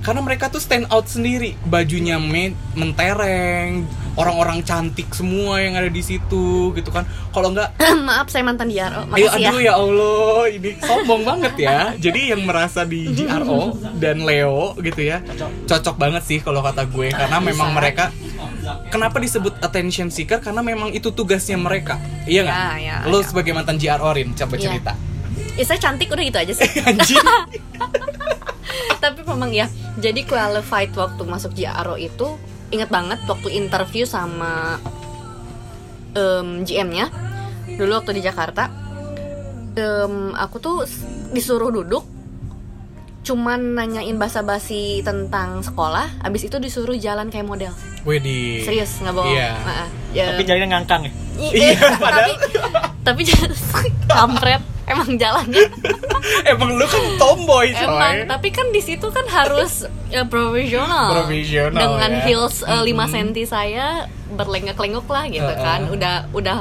[SPEAKER 1] karena mereka tuh stand out sendiri bajunya me- mentereng orang-orang cantik semua yang ada di situ gitu kan kalau nggak
[SPEAKER 3] Maaf saya mantan di RO.
[SPEAKER 1] Ayo,
[SPEAKER 3] Makasih
[SPEAKER 1] aduh
[SPEAKER 3] ya.
[SPEAKER 1] ya Allah, ini sombong banget ya. Jadi yang merasa di GRO dan Leo gitu ya, cocok banget sih kalau kata gue karena memang mereka kenapa disebut attention seeker karena memang itu tugasnya mereka. Iya nggak?
[SPEAKER 3] Ya, ya,
[SPEAKER 1] Lo
[SPEAKER 3] ya.
[SPEAKER 1] sebagai mantan GRO Rin, coba
[SPEAKER 3] Iya.
[SPEAKER 1] cerita.
[SPEAKER 3] Ya, saya cantik udah gitu aja sih.
[SPEAKER 1] Anjing.
[SPEAKER 3] Tapi memang ya. Jadi qualified waktu masuk JRO itu ingat banget waktu interview sama em, GM-nya dulu waktu di Jakarta. em, aku tuh s- disuruh duduk cuman nanyain basa-basi tentang sekolah, abis itu disuruh jalan kayak model.
[SPEAKER 1] Wedi.
[SPEAKER 3] Serius nggak bohong.
[SPEAKER 1] Iya.
[SPEAKER 3] Heeh. Ya,
[SPEAKER 2] Tapi jalannya ngangkang ya.
[SPEAKER 3] i-
[SPEAKER 1] Iya,
[SPEAKER 3] eh, tapi
[SPEAKER 1] padahal-
[SPEAKER 3] tapi jalan kampret emang jalannya
[SPEAKER 1] Emang lu kan tomboy, coy.
[SPEAKER 3] emang tapi kan di situ kan harus ya, profesional
[SPEAKER 1] Profesional,
[SPEAKER 3] dengan
[SPEAKER 1] ya.
[SPEAKER 3] heels eh, 5 cm saya berlenggak-lenggok lah gitu
[SPEAKER 1] Heeh.
[SPEAKER 3] kan udah udah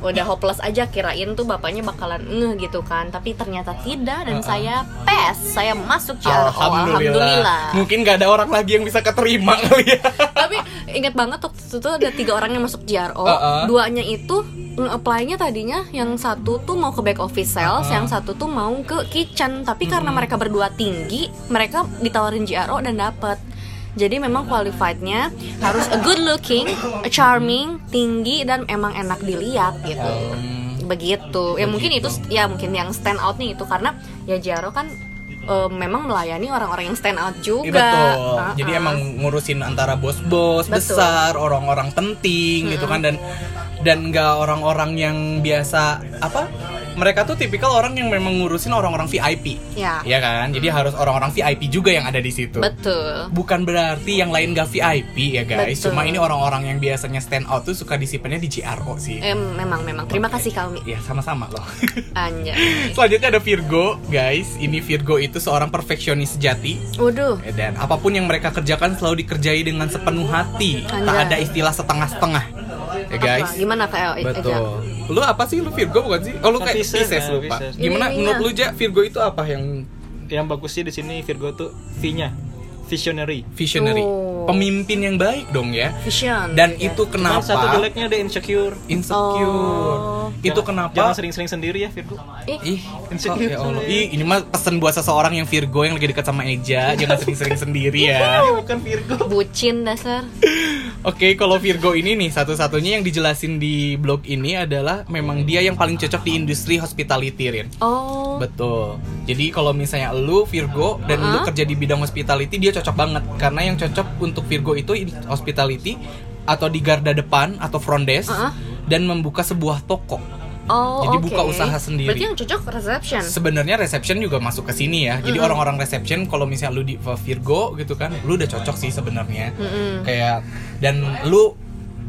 [SPEAKER 3] udah hopeless aja kirain tuh bapaknya bakalan ngeh gitu kan tapi ternyata tidak dan saya pes saya masuk JRO
[SPEAKER 1] Alhamdulillah. Mungkin gak ada orang lagi yang bisa keterima kali ya.
[SPEAKER 3] tapi ingat banget waktu itu ada tiga orang yang masuk JRO
[SPEAKER 1] Uh-uh.
[SPEAKER 3] duanya itu nge-apply-nya tadinya yang satu tuh mau ke back office sales
[SPEAKER 1] Uh-uh.
[SPEAKER 3] yang satu tuh mau ke kitchen tapi karena mereka berdua tinggi mereka ditawarin JRO dan dapet jadi memang qualified-nya harus a good looking, a charming, tinggi dan emang enak dilihat gitu. Begitu. Ya mungkin itu ya mungkin yang stand out nih itu karena ya JRO kan eh, memang melayani orang-orang yang stand out
[SPEAKER 1] Iya,
[SPEAKER 3] juga.
[SPEAKER 1] betul. Jadi
[SPEAKER 3] Uh-uh.
[SPEAKER 1] emang ngurusin antara bos-bos
[SPEAKER 3] Betul.
[SPEAKER 1] besar, orang-orang penting gitu kan dan dan nggak orang-orang yang biasa apa mereka tuh tipikal orang yang memang ngurusin orang-orang VIP.
[SPEAKER 3] Ya.
[SPEAKER 1] Iya kan? Jadi harus orang-orang VIP juga yang ada di situ.
[SPEAKER 3] Betul.
[SPEAKER 1] Bukan berarti yang lain gak VIP ya guys.
[SPEAKER 3] Betul.
[SPEAKER 1] Cuma ini orang-orang yang biasanya stand out tuh suka disimpannya di GRO sih.
[SPEAKER 3] Eh, memang memang. Terima kasih Kalmi.
[SPEAKER 1] Ya sama-sama loh.
[SPEAKER 3] Anjay.
[SPEAKER 1] Selanjutnya ada Virgo, guys. Ini Virgo itu seorang perfeksionis sejati.
[SPEAKER 3] Waduh.
[SPEAKER 1] Eh, Dan apapun yang mereka kerjakan selalu dikerjai dengan sepenuh hati. Tak
[SPEAKER 3] Anjay.
[SPEAKER 1] ada istilah setengah-setengah. Ya guys.
[SPEAKER 3] Apa? Gimana Eh, Kak El- Eja?
[SPEAKER 1] Betul. Lu apa sih lu Virgo bukan sih? Oh lu kayak
[SPEAKER 2] Pisces,
[SPEAKER 1] Pisces
[SPEAKER 2] ya,
[SPEAKER 1] lupa.
[SPEAKER 2] Pisces.
[SPEAKER 1] Gimana
[SPEAKER 3] Iya, iya.
[SPEAKER 1] menurut lu Ja Virgo itu apa yang
[SPEAKER 2] Yang bagus sih di sini Virgo tuh V-nya, visionary.
[SPEAKER 1] visionary?
[SPEAKER 3] Oh.
[SPEAKER 1] Pemimpin yang baik dong ya.
[SPEAKER 3] Vision.
[SPEAKER 1] Dan
[SPEAKER 3] Ya.
[SPEAKER 1] itu
[SPEAKER 2] Iya.
[SPEAKER 1] kenapa
[SPEAKER 2] Cuman satu jeleknya dia insecure.
[SPEAKER 1] insecure.
[SPEAKER 3] Oh.
[SPEAKER 1] Itu kenapa?
[SPEAKER 2] Jangan- Jangan sering-sering sendiri ya Virgo.
[SPEAKER 3] Ih,
[SPEAKER 1] Ih,
[SPEAKER 2] Insecure,
[SPEAKER 1] ya Allah.
[SPEAKER 2] sorry.
[SPEAKER 1] Ih, ini mah pesen buat seseorang yang Virgo yang lagi dekat sama Eja, jangan sering-sering sendiri
[SPEAKER 3] Iya.
[SPEAKER 1] ya.
[SPEAKER 2] Iya, Bukan Virgo.
[SPEAKER 3] bucin dasar.
[SPEAKER 1] Oke, kalau Virgo ini nih satu-satunya yang dijelasin di blog ini adalah memang dia yang paling cocok di industri hospitality, Rin.
[SPEAKER 3] Oh.
[SPEAKER 1] Betul. Jadi kalau misalnya lu Virgo dan lu
[SPEAKER 3] Hah?
[SPEAKER 1] kerja di bidang hospitality dia cocok banget karena yang cocok untuk Virgo itu in- hospitality atau di garda depan atau front desk
[SPEAKER 3] Hah?
[SPEAKER 1] dan membuka sebuah toko.
[SPEAKER 3] Oh,
[SPEAKER 1] Jadi
[SPEAKER 3] oke.
[SPEAKER 1] buka usaha sendiri.
[SPEAKER 3] Berarti yang cocok reception.
[SPEAKER 1] Sebenarnya reception juga masuk ke sini ya. Jadi orang-orang reception kalau misalnya lu di Virgo gitu kan, lu udah cocok sih sebenarnya.
[SPEAKER 3] Mm-mm.
[SPEAKER 1] Kayak dan lu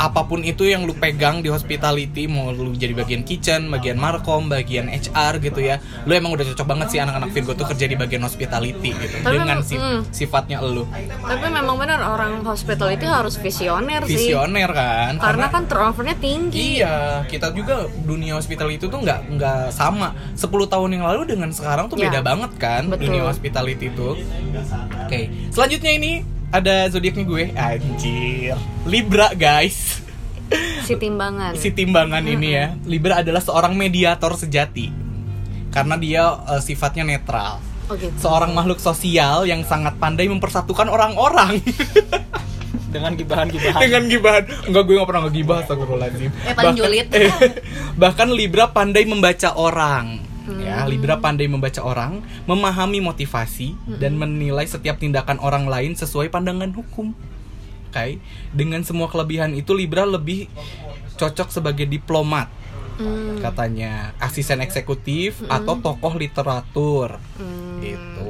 [SPEAKER 1] apapun itu yang lu pegang di hospitality mau lu jadi bagian kitchen, bagian markom, bagian HR gitu ya. Lu emang udah cocok banget sih anak-anak Virgo tuh kerja di bagian hospitality gitu
[SPEAKER 3] Tapi
[SPEAKER 1] dengan
[SPEAKER 3] memang-
[SPEAKER 1] si-
[SPEAKER 3] mm.
[SPEAKER 1] sifatnya lu.
[SPEAKER 3] Tapi memang benar orang hospital itu harus visioner sih.
[SPEAKER 1] Visioner kan?
[SPEAKER 3] Karena kan turnovernya tinggi.
[SPEAKER 1] Iya, kita juga dunia hospitality itu tuh nggak nggak sama. 10 tahun yang lalu dengan sekarang tuh
[SPEAKER 3] Ya.
[SPEAKER 1] beda banget kan
[SPEAKER 3] Betul.
[SPEAKER 1] dunia hospitality itu. Oke, selanjutnya ini ada zodiaknya gue, anjir. Libra, guys.
[SPEAKER 3] Si timbangan.
[SPEAKER 1] Si timbangan ini ya. Libra adalah seorang mediator sejati. Karena dia eh, sifatnya netral.
[SPEAKER 3] Oh gitu.
[SPEAKER 1] Seorang makhluk sosial yang sangat pandai mempersatukan orang-orang
[SPEAKER 2] Dengan gibahan-gibahan.
[SPEAKER 1] dengan gibahan. Enggak gue nggak pernah ngegibah astagfirullahaladzim.
[SPEAKER 3] Eh, paling julid.
[SPEAKER 1] eh, bahkan Libra pandai membaca orang.
[SPEAKER 3] Hmm.
[SPEAKER 1] Ya, Libra pandai membaca orang, memahami motivasi dan
[SPEAKER 3] Hmm.
[SPEAKER 1] menilai setiap tindakan orang lain sesuai pandangan hukum. Oke. Dengan semua kelebihan itu Libra lebih cocok sebagai diplomat
[SPEAKER 3] Hmm.
[SPEAKER 1] katanya, asisten eksekutif atau tokoh literatur. Gitu.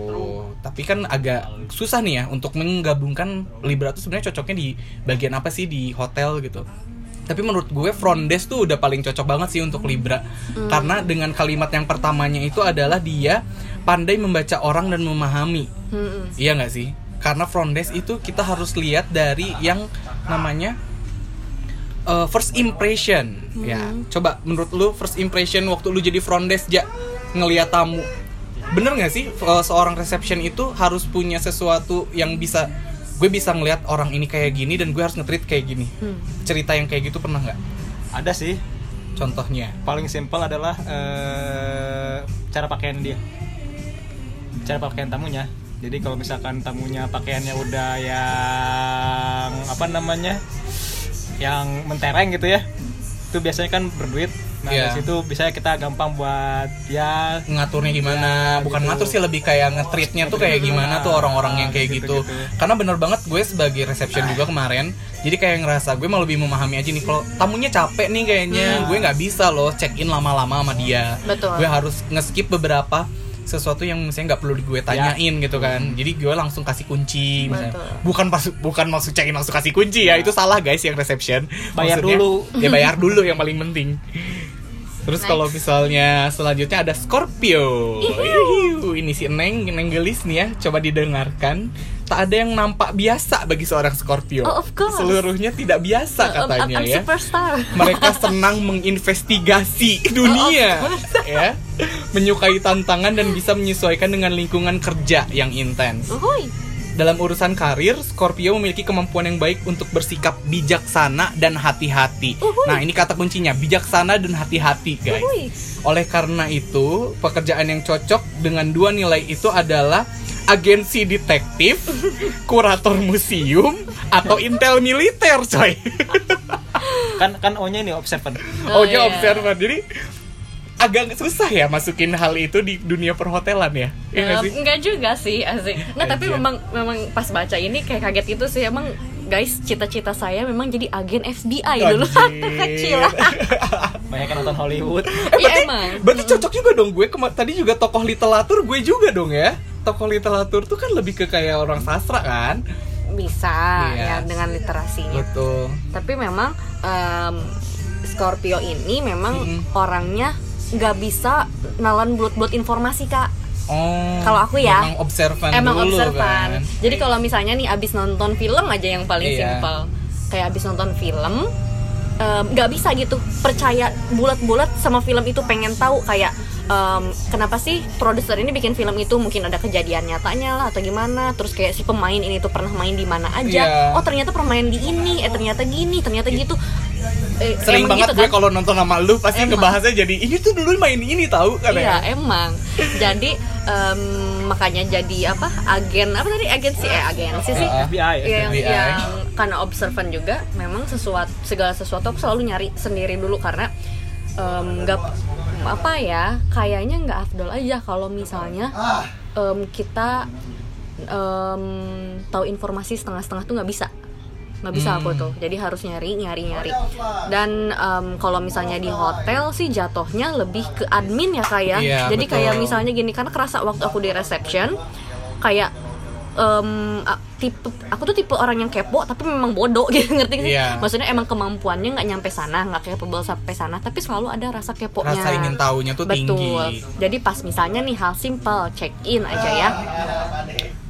[SPEAKER 1] Tapi kan agak susah nih ya untuk menggabungkan Libra tuh sebenarnya cocoknya di bagian apa sih di hotel gitu. Tapi menurut gue front desk tuh udah paling cocok banget sih untuk Libra. Karena dengan kalimat yang pertamanya itu adalah dia pandai membaca orang dan memahami.
[SPEAKER 3] Mm-mm.
[SPEAKER 1] Iya nggak sih? Karena front desk itu kita harus lihat dari yang namanya uh, first impression. Ya, coba menurut lu first impression waktu lu jadi front desk ja ngelihat tamu. Bener nggak sih uh, seorang reception itu harus punya sesuatu yang bisa gue bisa ngelihat orang ini kayak gini dan gue harus nge-treat kayak gini. Cerita yang kayak gitu pernah nggak?
[SPEAKER 2] Ada sih.
[SPEAKER 1] Contohnya?
[SPEAKER 2] Paling simpel adalah eh, cara pakaian dia. Cara pakaian tamunya. Jadi kalau misalkan tamunya pakaiannya udah yang apa namanya? Yang mentereng gitu ya. Itu biasanya kan berduit. Nah,
[SPEAKER 1] Iya.
[SPEAKER 2] dari situ bisa kita gampang buat ya
[SPEAKER 1] ngaturnya gimana bukan
[SPEAKER 2] gitu. Iya,
[SPEAKER 1] ngatur sih lebih kayak ngetreatnya tuh kayak gimana tuh orang-orang yang kayak gitu,
[SPEAKER 2] Gitu-gitu.
[SPEAKER 1] karena bener banget gue sebagai reception juga kemarin jadi kayak ngerasa gue mau lebih memahami aja nih kalau tamunya capek nih kayaknya
[SPEAKER 2] Hmm.
[SPEAKER 1] gue nggak bisa loh check in lama-lama sama dia
[SPEAKER 3] Betul.
[SPEAKER 1] gue harus ngeskip beberapa sesuatu yang misalnya nggak perlu gue
[SPEAKER 2] Iya.
[SPEAKER 1] tanyain gitu kan jadi gue langsung kasih kunci misalnya.
[SPEAKER 3] Betul.
[SPEAKER 1] bukan pas bukan maksud check in langsung kasih kunci ya itu salah guys yang reception
[SPEAKER 2] Iya. Bayar
[SPEAKER 1] Maksudnya,
[SPEAKER 2] dulu.
[SPEAKER 1] ya bayar dulu yang paling penting Terus kalau misalnya selanjutnya ada Scorpio. Ihiu, Ini si Neng, Neng gelis nih ya. Coba didengarkan. Tak ada yang nampak biasa bagi seorang Scorpio.
[SPEAKER 3] Oh, of course.
[SPEAKER 1] Seluruhnya tidak biasa
[SPEAKER 3] Um,
[SPEAKER 1] katanya
[SPEAKER 3] I'm
[SPEAKER 1] ya.
[SPEAKER 3] superstar.
[SPEAKER 1] Mereka senang
[SPEAKER 3] Oh,
[SPEAKER 1] menginvestigasi dunia, ya. Menyukai tantangan dan bisa menyesuaikan dengan lingkungan kerja yang intens.
[SPEAKER 3] Uhuy.
[SPEAKER 1] Dalam urusan karir, Scorpio memiliki kemampuan yang baik untuk bersikap bijaksana dan hati-hati.
[SPEAKER 3] Uhuy.
[SPEAKER 1] Nah, ini kata kuncinya, bijaksana dan hati-hati, guys.
[SPEAKER 3] Uhuy.
[SPEAKER 1] Oleh karena itu, pekerjaan yang cocok dengan dua nilai itu adalah agensi detektif, kurator museum, atau intel militer, coy.
[SPEAKER 2] kan kan O-nya ini observant.
[SPEAKER 1] Oh,
[SPEAKER 3] Oh,
[SPEAKER 1] dia
[SPEAKER 3] iya.
[SPEAKER 1] observer. Jadi agak susah ya masukin hal itu di dunia perhotelan ya. Iya nggak
[SPEAKER 3] Eh,
[SPEAKER 1] sih?
[SPEAKER 3] enggak juga sih asik. Nah, tapi
[SPEAKER 1] Aja.
[SPEAKER 3] memang memang pas baca ini kayak kaget gitu sih. Emang guys, cita-cita saya memang jadi agen FBI Eh, iya, dulu waktu
[SPEAKER 2] Anjir.
[SPEAKER 3] kecil.
[SPEAKER 2] banyak yang nonton Hollywood
[SPEAKER 3] Iya emang.
[SPEAKER 1] Iya, Berarti cocok juga dong gue kema- tadi juga tokoh literatur gue juga dong ya. Tokoh literatur tuh kan lebih ke kayak orang sastra kan.
[SPEAKER 3] Bisa
[SPEAKER 1] Iya.
[SPEAKER 3] ya dengan literasinya.
[SPEAKER 1] Betul.
[SPEAKER 3] Tapi memang em, Scorpio ini memang
[SPEAKER 1] Mm-mm.
[SPEAKER 3] orangnya nggak bisa nalan bulat-bulat informasi kak.
[SPEAKER 1] Oh.
[SPEAKER 3] Kalau aku ya,
[SPEAKER 1] Emang observan
[SPEAKER 3] emang
[SPEAKER 1] dulu kan.
[SPEAKER 3] observan. Jadi kalau misalnya nih abis nonton film aja yang paling
[SPEAKER 1] Iya.
[SPEAKER 3] simpel, kayak abis nonton film em, nggak bisa gitu percaya bulat-bulat sama film itu pengen tahu kayak em, kenapa sih produser ini bikin film itu mungkin ada kejadian nyatanya lah atau gimana terus kayak si pemain ini tuh pernah main di mana aja
[SPEAKER 1] Iya.
[SPEAKER 3] oh ternyata permain di ini eh ternyata gini ternyata gitu Eh,
[SPEAKER 1] Sering
[SPEAKER 3] emang
[SPEAKER 1] banget
[SPEAKER 3] gitu
[SPEAKER 1] gue
[SPEAKER 3] kan?
[SPEAKER 1] kalau nonton sama lu pasti
[SPEAKER 3] Emang.
[SPEAKER 1] ngebahasnya jadi ini tuh dulu main ini tahu kan ya.
[SPEAKER 3] Iya emang. Jadi em, makanya jadi apa agen apa tadi agensi eh agensi sih.
[SPEAKER 1] Iya.
[SPEAKER 2] FBI
[SPEAKER 3] Iya, yang,
[SPEAKER 1] FBI.
[SPEAKER 3] yang karena observan juga memang sesuatu segala sesuatu aku selalu nyari sendiri dulu karena em, nggak apa ya kayaknya nggak afdol aja kalau misalnya em, kita em, tahu informasi setengah-setengah tuh nggak bisa nggak bisa aku
[SPEAKER 1] Hmm.
[SPEAKER 3] tuh jadi harus nyari nyari nyari dan em, kalau misalnya di hotel sih jatuhnya lebih ke admin ya kayak
[SPEAKER 1] Iya,
[SPEAKER 3] jadi kayak
[SPEAKER 1] betul.
[SPEAKER 3] misalnya gini karena kerasa waktu aku di reception kayak em, a- tipe aku tuh tipe orang yang kepo tapi memang bodoh gitu ngerti nggak sih
[SPEAKER 1] Iya.
[SPEAKER 3] maksudnya emang kemampuannya nggak nyampe sana nggak capable sampai sana tapi selalu ada rasa keponya
[SPEAKER 1] Rasa ingin tahunya tuh
[SPEAKER 3] Betul.
[SPEAKER 1] tinggi.
[SPEAKER 3] Jadi pas misalnya nih hal simple check in aja ya.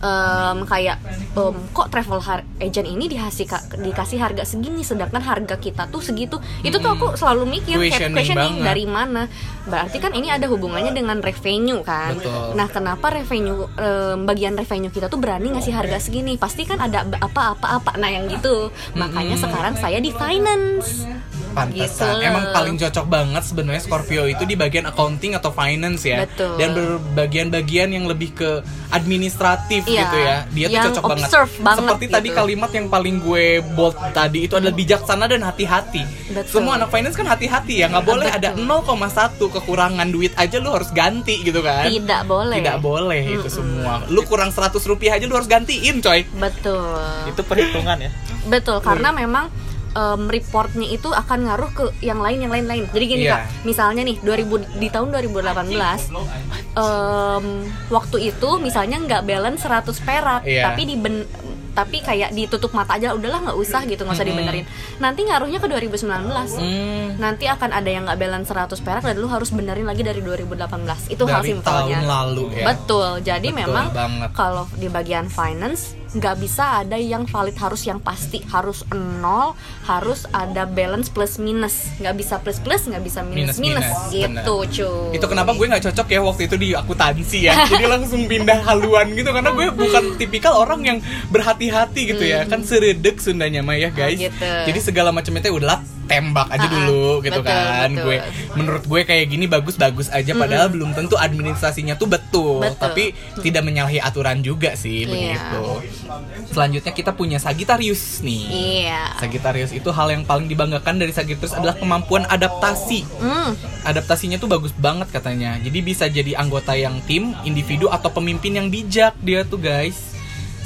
[SPEAKER 3] Em, kayak em, kok travel har- agent ini dikasih dikasih harga segini sedangkan harga kita tuh segitu. Itu tuh aku selalu mikir
[SPEAKER 1] Hmm. Questioning
[SPEAKER 3] kayak questioning
[SPEAKER 1] banget.
[SPEAKER 3] dari mana. Berarti kan ini ada hubungannya dengan revenue kan.
[SPEAKER 1] Betul.
[SPEAKER 3] Nah, kenapa revenue em, bagian revenue kita tuh berani ngasih harga segini? Pasti kan ada apa-apa-apa. Nah, yang gitu. Makanya
[SPEAKER 1] Hmm.
[SPEAKER 3] sekarang saya di finance.
[SPEAKER 1] Pantesan.
[SPEAKER 3] Gitu
[SPEAKER 1] Emang
[SPEAKER 3] loh.
[SPEAKER 1] paling cocok banget sebenarnya Scorpio itu di bagian accounting atau finance ya.
[SPEAKER 3] Betul.
[SPEAKER 1] Dan berbagian-bagian yang lebih ke administratif
[SPEAKER 3] Iya,
[SPEAKER 1] gitu ya. Dia tuh
[SPEAKER 3] yang
[SPEAKER 1] cocok banget.
[SPEAKER 3] observe banget
[SPEAKER 1] Seperti tadi
[SPEAKER 3] gitu.
[SPEAKER 1] kalimat yang paling gue bold tadi itu adalah bijaksana dan hati-hati.
[SPEAKER 3] Betul.
[SPEAKER 1] Semua anak finance kan hati-hati ya. nggak boleh ada 0,1 kekurangan duit aja lu harus ganti gitu kan.
[SPEAKER 3] Tidak boleh.
[SPEAKER 1] Tidak boleh itu semua. Lu kurang 100 rupiah aja lu harus gantiin, coy.
[SPEAKER 3] Betul.
[SPEAKER 2] itu perhitungan ya
[SPEAKER 3] Betul,
[SPEAKER 1] Iya.
[SPEAKER 3] karena memang em, reportnya itu akan ngaruh ke yang lain yang lain lain. Jadi gini
[SPEAKER 1] Iya.
[SPEAKER 3] kak, misalnya nih 2000 di tahun 2018 em, waktu itu misalnya nggak balance 100 perak,
[SPEAKER 1] Iya.
[SPEAKER 3] tapi di tapi kayak ditutup mata aja udahlah nggak usah gitu nggak usah
[SPEAKER 1] Mm-mm.
[SPEAKER 3] dibenerin. Nanti ngaruhnya ke 2019.
[SPEAKER 1] Hmm.
[SPEAKER 3] Nanti akan ada yang nggak balance 100 perak dan lu harus benerin lagi dari 2018. Itu hal
[SPEAKER 1] Dari tahun
[SPEAKER 3] simpelnya.
[SPEAKER 1] lalu ya.
[SPEAKER 3] Betul. Jadi
[SPEAKER 1] Betul
[SPEAKER 3] memang
[SPEAKER 1] banget.
[SPEAKER 3] kalau di bagian finance nggak bisa ada yang valid harus yang pasti harus nol harus ada balance plus minus nggak bisa plus plus nggak bisa minus minus,
[SPEAKER 1] Minus-minus,
[SPEAKER 3] gitu cuy
[SPEAKER 1] Itu kenapa gue nggak cocok ya waktu itu di akuntansi ya. Jadi langsung pindah haluan gitu karena gue bukan tipikal orang yang berhati-hati gitu ya. Kan seredek Sundanya mah ya guys.
[SPEAKER 3] Hmm. Gitu.
[SPEAKER 1] Jadi segala macamnya teh udahlah tembak aja
[SPEAKER 3] Ah,
[SPEAKER 1] dulu gitu
[SPEAKER 3] betul,
[SPEAKER 1] kan.
[SPEAKER 3] betul. Hmm.
[SPEAKER 1] Gue menurut gue kayak gini bagus-bagus aja padahal belum tentu administrasinya tuh betul,
[SPEAKER 3] Betul. Iya.
[SPEAKER 1] tapi tidak menyalahi aturan juga sih begitu. Selanjutnya kita punya Sagittarius nih.
[SPEAKER 3] iya
[SPEAKER 1] Sagittarius itu hal yang paling dibanggakan dari Sagittarius adalah kemampuan adaptasi
[SPEAKER 3] Hmm,
[SPEAKER 1] adaptasinya tuh bagus banget katanya. Jadi bisa jadi anggota yang tim, individu atau pemimpin yang bijak dia tuh guys.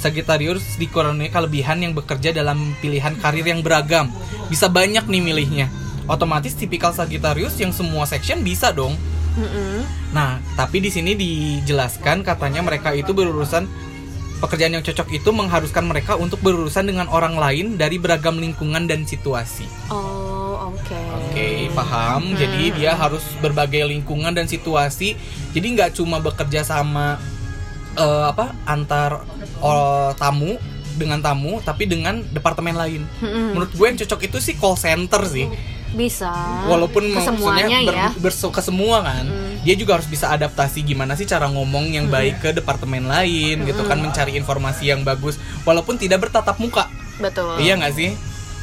[SPEAKER 1] Sagittarius dikurangnya kelebihan yang bekerja dalam pilihan karir yang beragam. Bisa banyak nih milihnya. Otomatis tipikal Sagittarius yang semua section bisa dong.
[SPEAKER 3] mm-mm.
[SPEAKER 1] Nah, tapi di sini dijelaskan katanya mereka itu berurusan pekerjaan yang cocok itu mengharuskan mereka untuk berurusan dengan orang lain dari beragam lingkungan dan situasi.
[SPEAKER 3] oh oke
[SPEAKER 1] Oke, paham. Jadi
[SPEAKER 3] Hmm.
[SPEAKER 1] dia harus berbagai lingkungan dan situasi. Jadi nggak cuma bekerja sama eh, apa antar eh, tamu dengan tamu, tapi dengan departemen lain.
[SPEAKER 3] Mm-mm.
[SPEAKER 1] Menurut gue yang cocok itu sih call center sih.
[SPEAKER 3] bisa
[SPEAKER 1] Walaupun
[SPEAKER 3] Hmm. Ke
[SPEAKER 1] maksudnya
[SPEAKER 3] semuanya
[SPEAKER 1] ber,
[SPEAKER 3] ya Hmm.
[SPEAKER 1] bersu- ke semua kan, dia juga harus bisa adaptasi gimana sih cara ngomong yang baik ke departemen lain gitu kan,
[SPEAKER 3] Hmm.
[SPEAKER 1] mencari informasi yang bagus. Walaupun tidak bertatap muka,
[SPEAKER 3] betul
[SPEAKER 1] iya nggak sih?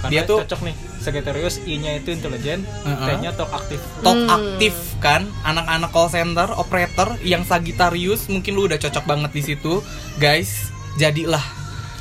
[SPEAKER 2] karena
[SPEAKER 1] dia tuh Uh-huh.
[SPEAKER 2] cocok nih Sagittarius I-nya itu intelligent,
[SPEAKER 1] Heeh.
[SPEAKER 2] T-nya talk aktif.
[SPEAKER 1] Talk
[SPEAKER 3] Hmm.
[SPEAKER 1] aktif kan anak-anak call center operator yang Sagittarius mungkin lu udah cocok banget di situ guys jadilah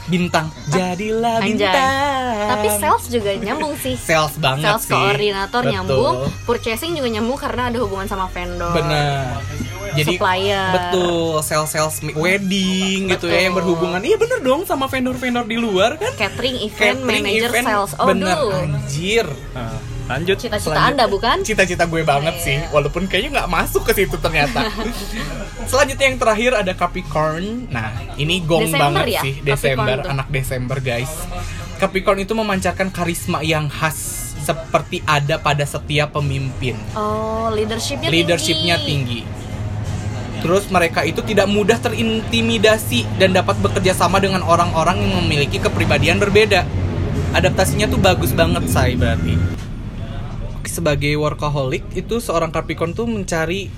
[SPEAKER 1] bintang jadilah
[SPEAKER 3] Ah, Anjay.
[SPEAKER 1] bintang
[SPEAKER 3] tapi sales juga nyambung sih
[SPEAKER 1] kan? sales banget
[SPEAKER 3] sales
[SPEAKER 1] sih
[SPEAKER 3] koordinator
[SPEAKER 1] Betul.
[SPEAKER 3] nyambung purchasing juga nyambung karena ada hubungan sama vendor
[SPEAKER 1] benar Jadi
[SPEAKER 3] Supplier.
[SPEAKER 1] betul sales-sales mi- wedding gitu ya yang
[SPEAKER 3] Betul.
[SPEAKER 1] berhubungan. Iya bener dong sama vendor-vendor di luar kan.
[SPEAKER 3] catering event manager
[SPEAKER 1] event,
[SPEAKER 3] sales oh
[SPEAKER 1] bener anjir.
[SPEAKER 2] Nah, lanjut
[SPEAKER 3] cita-cita
[SPEAKER 1] Selanjut-
[SPEAKER 3] anda bukan Iya.
[SPEAKER 1] Cita-cita gue banget sih, walaupun kayaknya nggak masuk ke situ ternyata. Selanjutnya yang terakhir ada Capricorn. Nah, ini gong
[SPEAKER 3] Desember
[SPEAKER 1] banget
[SPEAKER 3] ya,
[SPEAKER 1] sih,
[SPEAKER 3] Capricorn
[SPEAKER 1] Desember,
[SPEAKER 3] tuh.
[SPEAKER 1] anak Desember guys. Capricorn itu memancarkan karisma yang khas seperti ada pada setiap pemimpin.
[SPEAKER 3] oh leadershipnya
[SPEAKER 1] Leadershipnya tinggi. Terus mereka itu tidak mudah terintimidasi dan dapat bekerja sama dengan orang-orang yang memiliki kepribadian berbeda. Adaptasinya tuh bagus banget saya berarti. Sebagai workaholic itu seorang Capricorn tuh mencari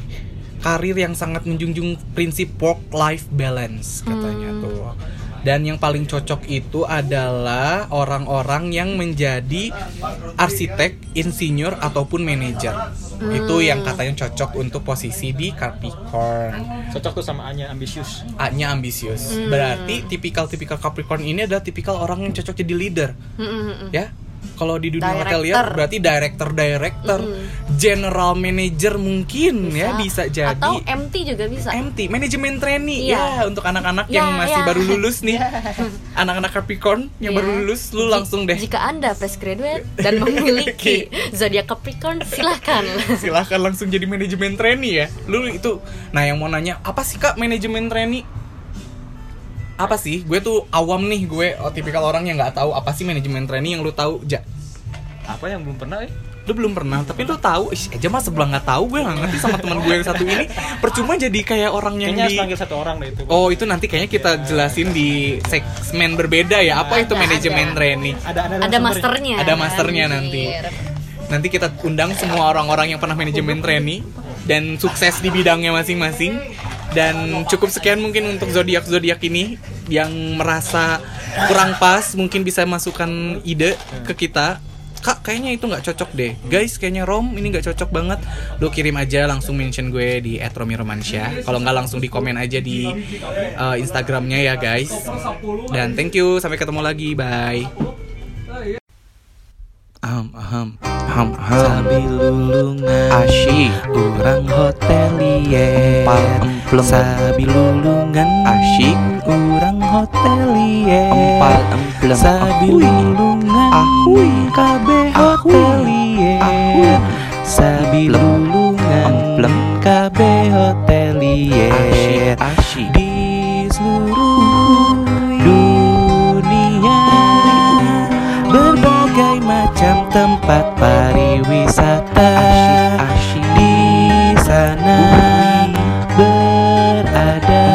[SPEAKER 1] karir yang sangat menjunjung prinsip work life balance katanya tuh. Dan yang paling cocok itu adalah orang-orang yang menjadi arsitek, insinyur ataupun manajer. Itu yang katanya cocok untuk posisi di Capricorn.
[SPEAKER 2] cocok tuh sama A-nya ambisius
[SPEAKER 1] A-nya ambisius. Berarti tipikal-tipikal Capricorn ini adalah tipikal orang yang cocok jadi leader, ya. Kalau di dunia
[SPEAKER 3] Director.
[SPEAKER 1] hotelier berarti director, director, general manager mungkin ya bisa jadi.
[SPEAKER 3] atau MT juga bisa
[SPEAKER 1] MT, manajemen trainee ya
[SPEAKER 3] Iya.
[SPEAKER 1] untuk anak-anak
[SPEAKER 3] Ya,
[SPEAKER 1] yang masih
[SPEAKER 3] ya.
[SPEAKER 1] baru lulus nih. Anak-anak Capricorn yang
[SPEAKER 3] Ya.
[SPEAKER 1] baru lulus lu
[SPEAKER 3] Ji-
[SPEAKER 1] langsung deh
[SPEAKER 3] Jika Anda fresh graduate dan memiliki zodiak Capricorn, silahkan.
[SPEAKER 1] silahkan langsung jadi manajemen trainee ya lu itu nah yang mau nanya apa sih kak manajemen trainee apa sih gue tuh awam nih gue oh, tipikal orang yang nggak tahu apa sih manajemen trainee yang lu tahu ja
[SPEAKER 2] apa yang belum pernah ya
[SPEAKER 1] lu belum pernah tapi lu tahu Ih, aja mas sebelah nggak tahu gue nggak ngerti sama teman gue yang satu ini percuma jadi kayak orang yang
[SPEAKER 2] kayaknya harus
[SPEAKER 1] di
[SPEAKER 2] panggil satu orang deh itu
[SPEAKER 1] oh itu nanti kayaknya kita jelasin di segmen berbeda ya apa itu
[SPEAKER 3] Ada,
[SPEAKER 1] manajemen
[SPEAKER 3] ada.
[SPEAKER 1] trainee
[SPEAKER 2] ada ada
[SPEAKER 3] Ada masternya.
[SPEAKER 1] Ada masternya nanti. Nanti kita undang semua orang-orang yang pernah manajemen trainee dan sukses di bidangnya masing-masing. Dan cukup sekian mungkin untuk zodiak-zodiak ini yang merasa kurang pas mungkin bisa masukkan ide ke kita. Kak, kayaknya itu nggak cocok deh. Guys, kayaknya Rom ini nggak cocok banget. Lo kirim aja langsung mention gue di @romiromansyah. Kalau nggak langsung di komen aja di uh, Instagramnya ya guys. Dan thank you, sampai ketemu lagi. Bye. Aham, aham, aham, aham. Sabi lulungan, asyik, orang hotelier. Empal, emplem, sabi lulungan, asyik, orang hotelier. Empal, emplem, sabi lulungan, ahui, kabeh hotelier. Ahui, sabi lulungan, emplem, kabeh hotelier. Asyik, asyik, di seluruh dunia. Berbagai macam tempat pariwisata di sana berada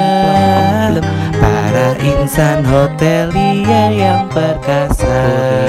[SPEAKER 1] para insan hotelia yang perkasa.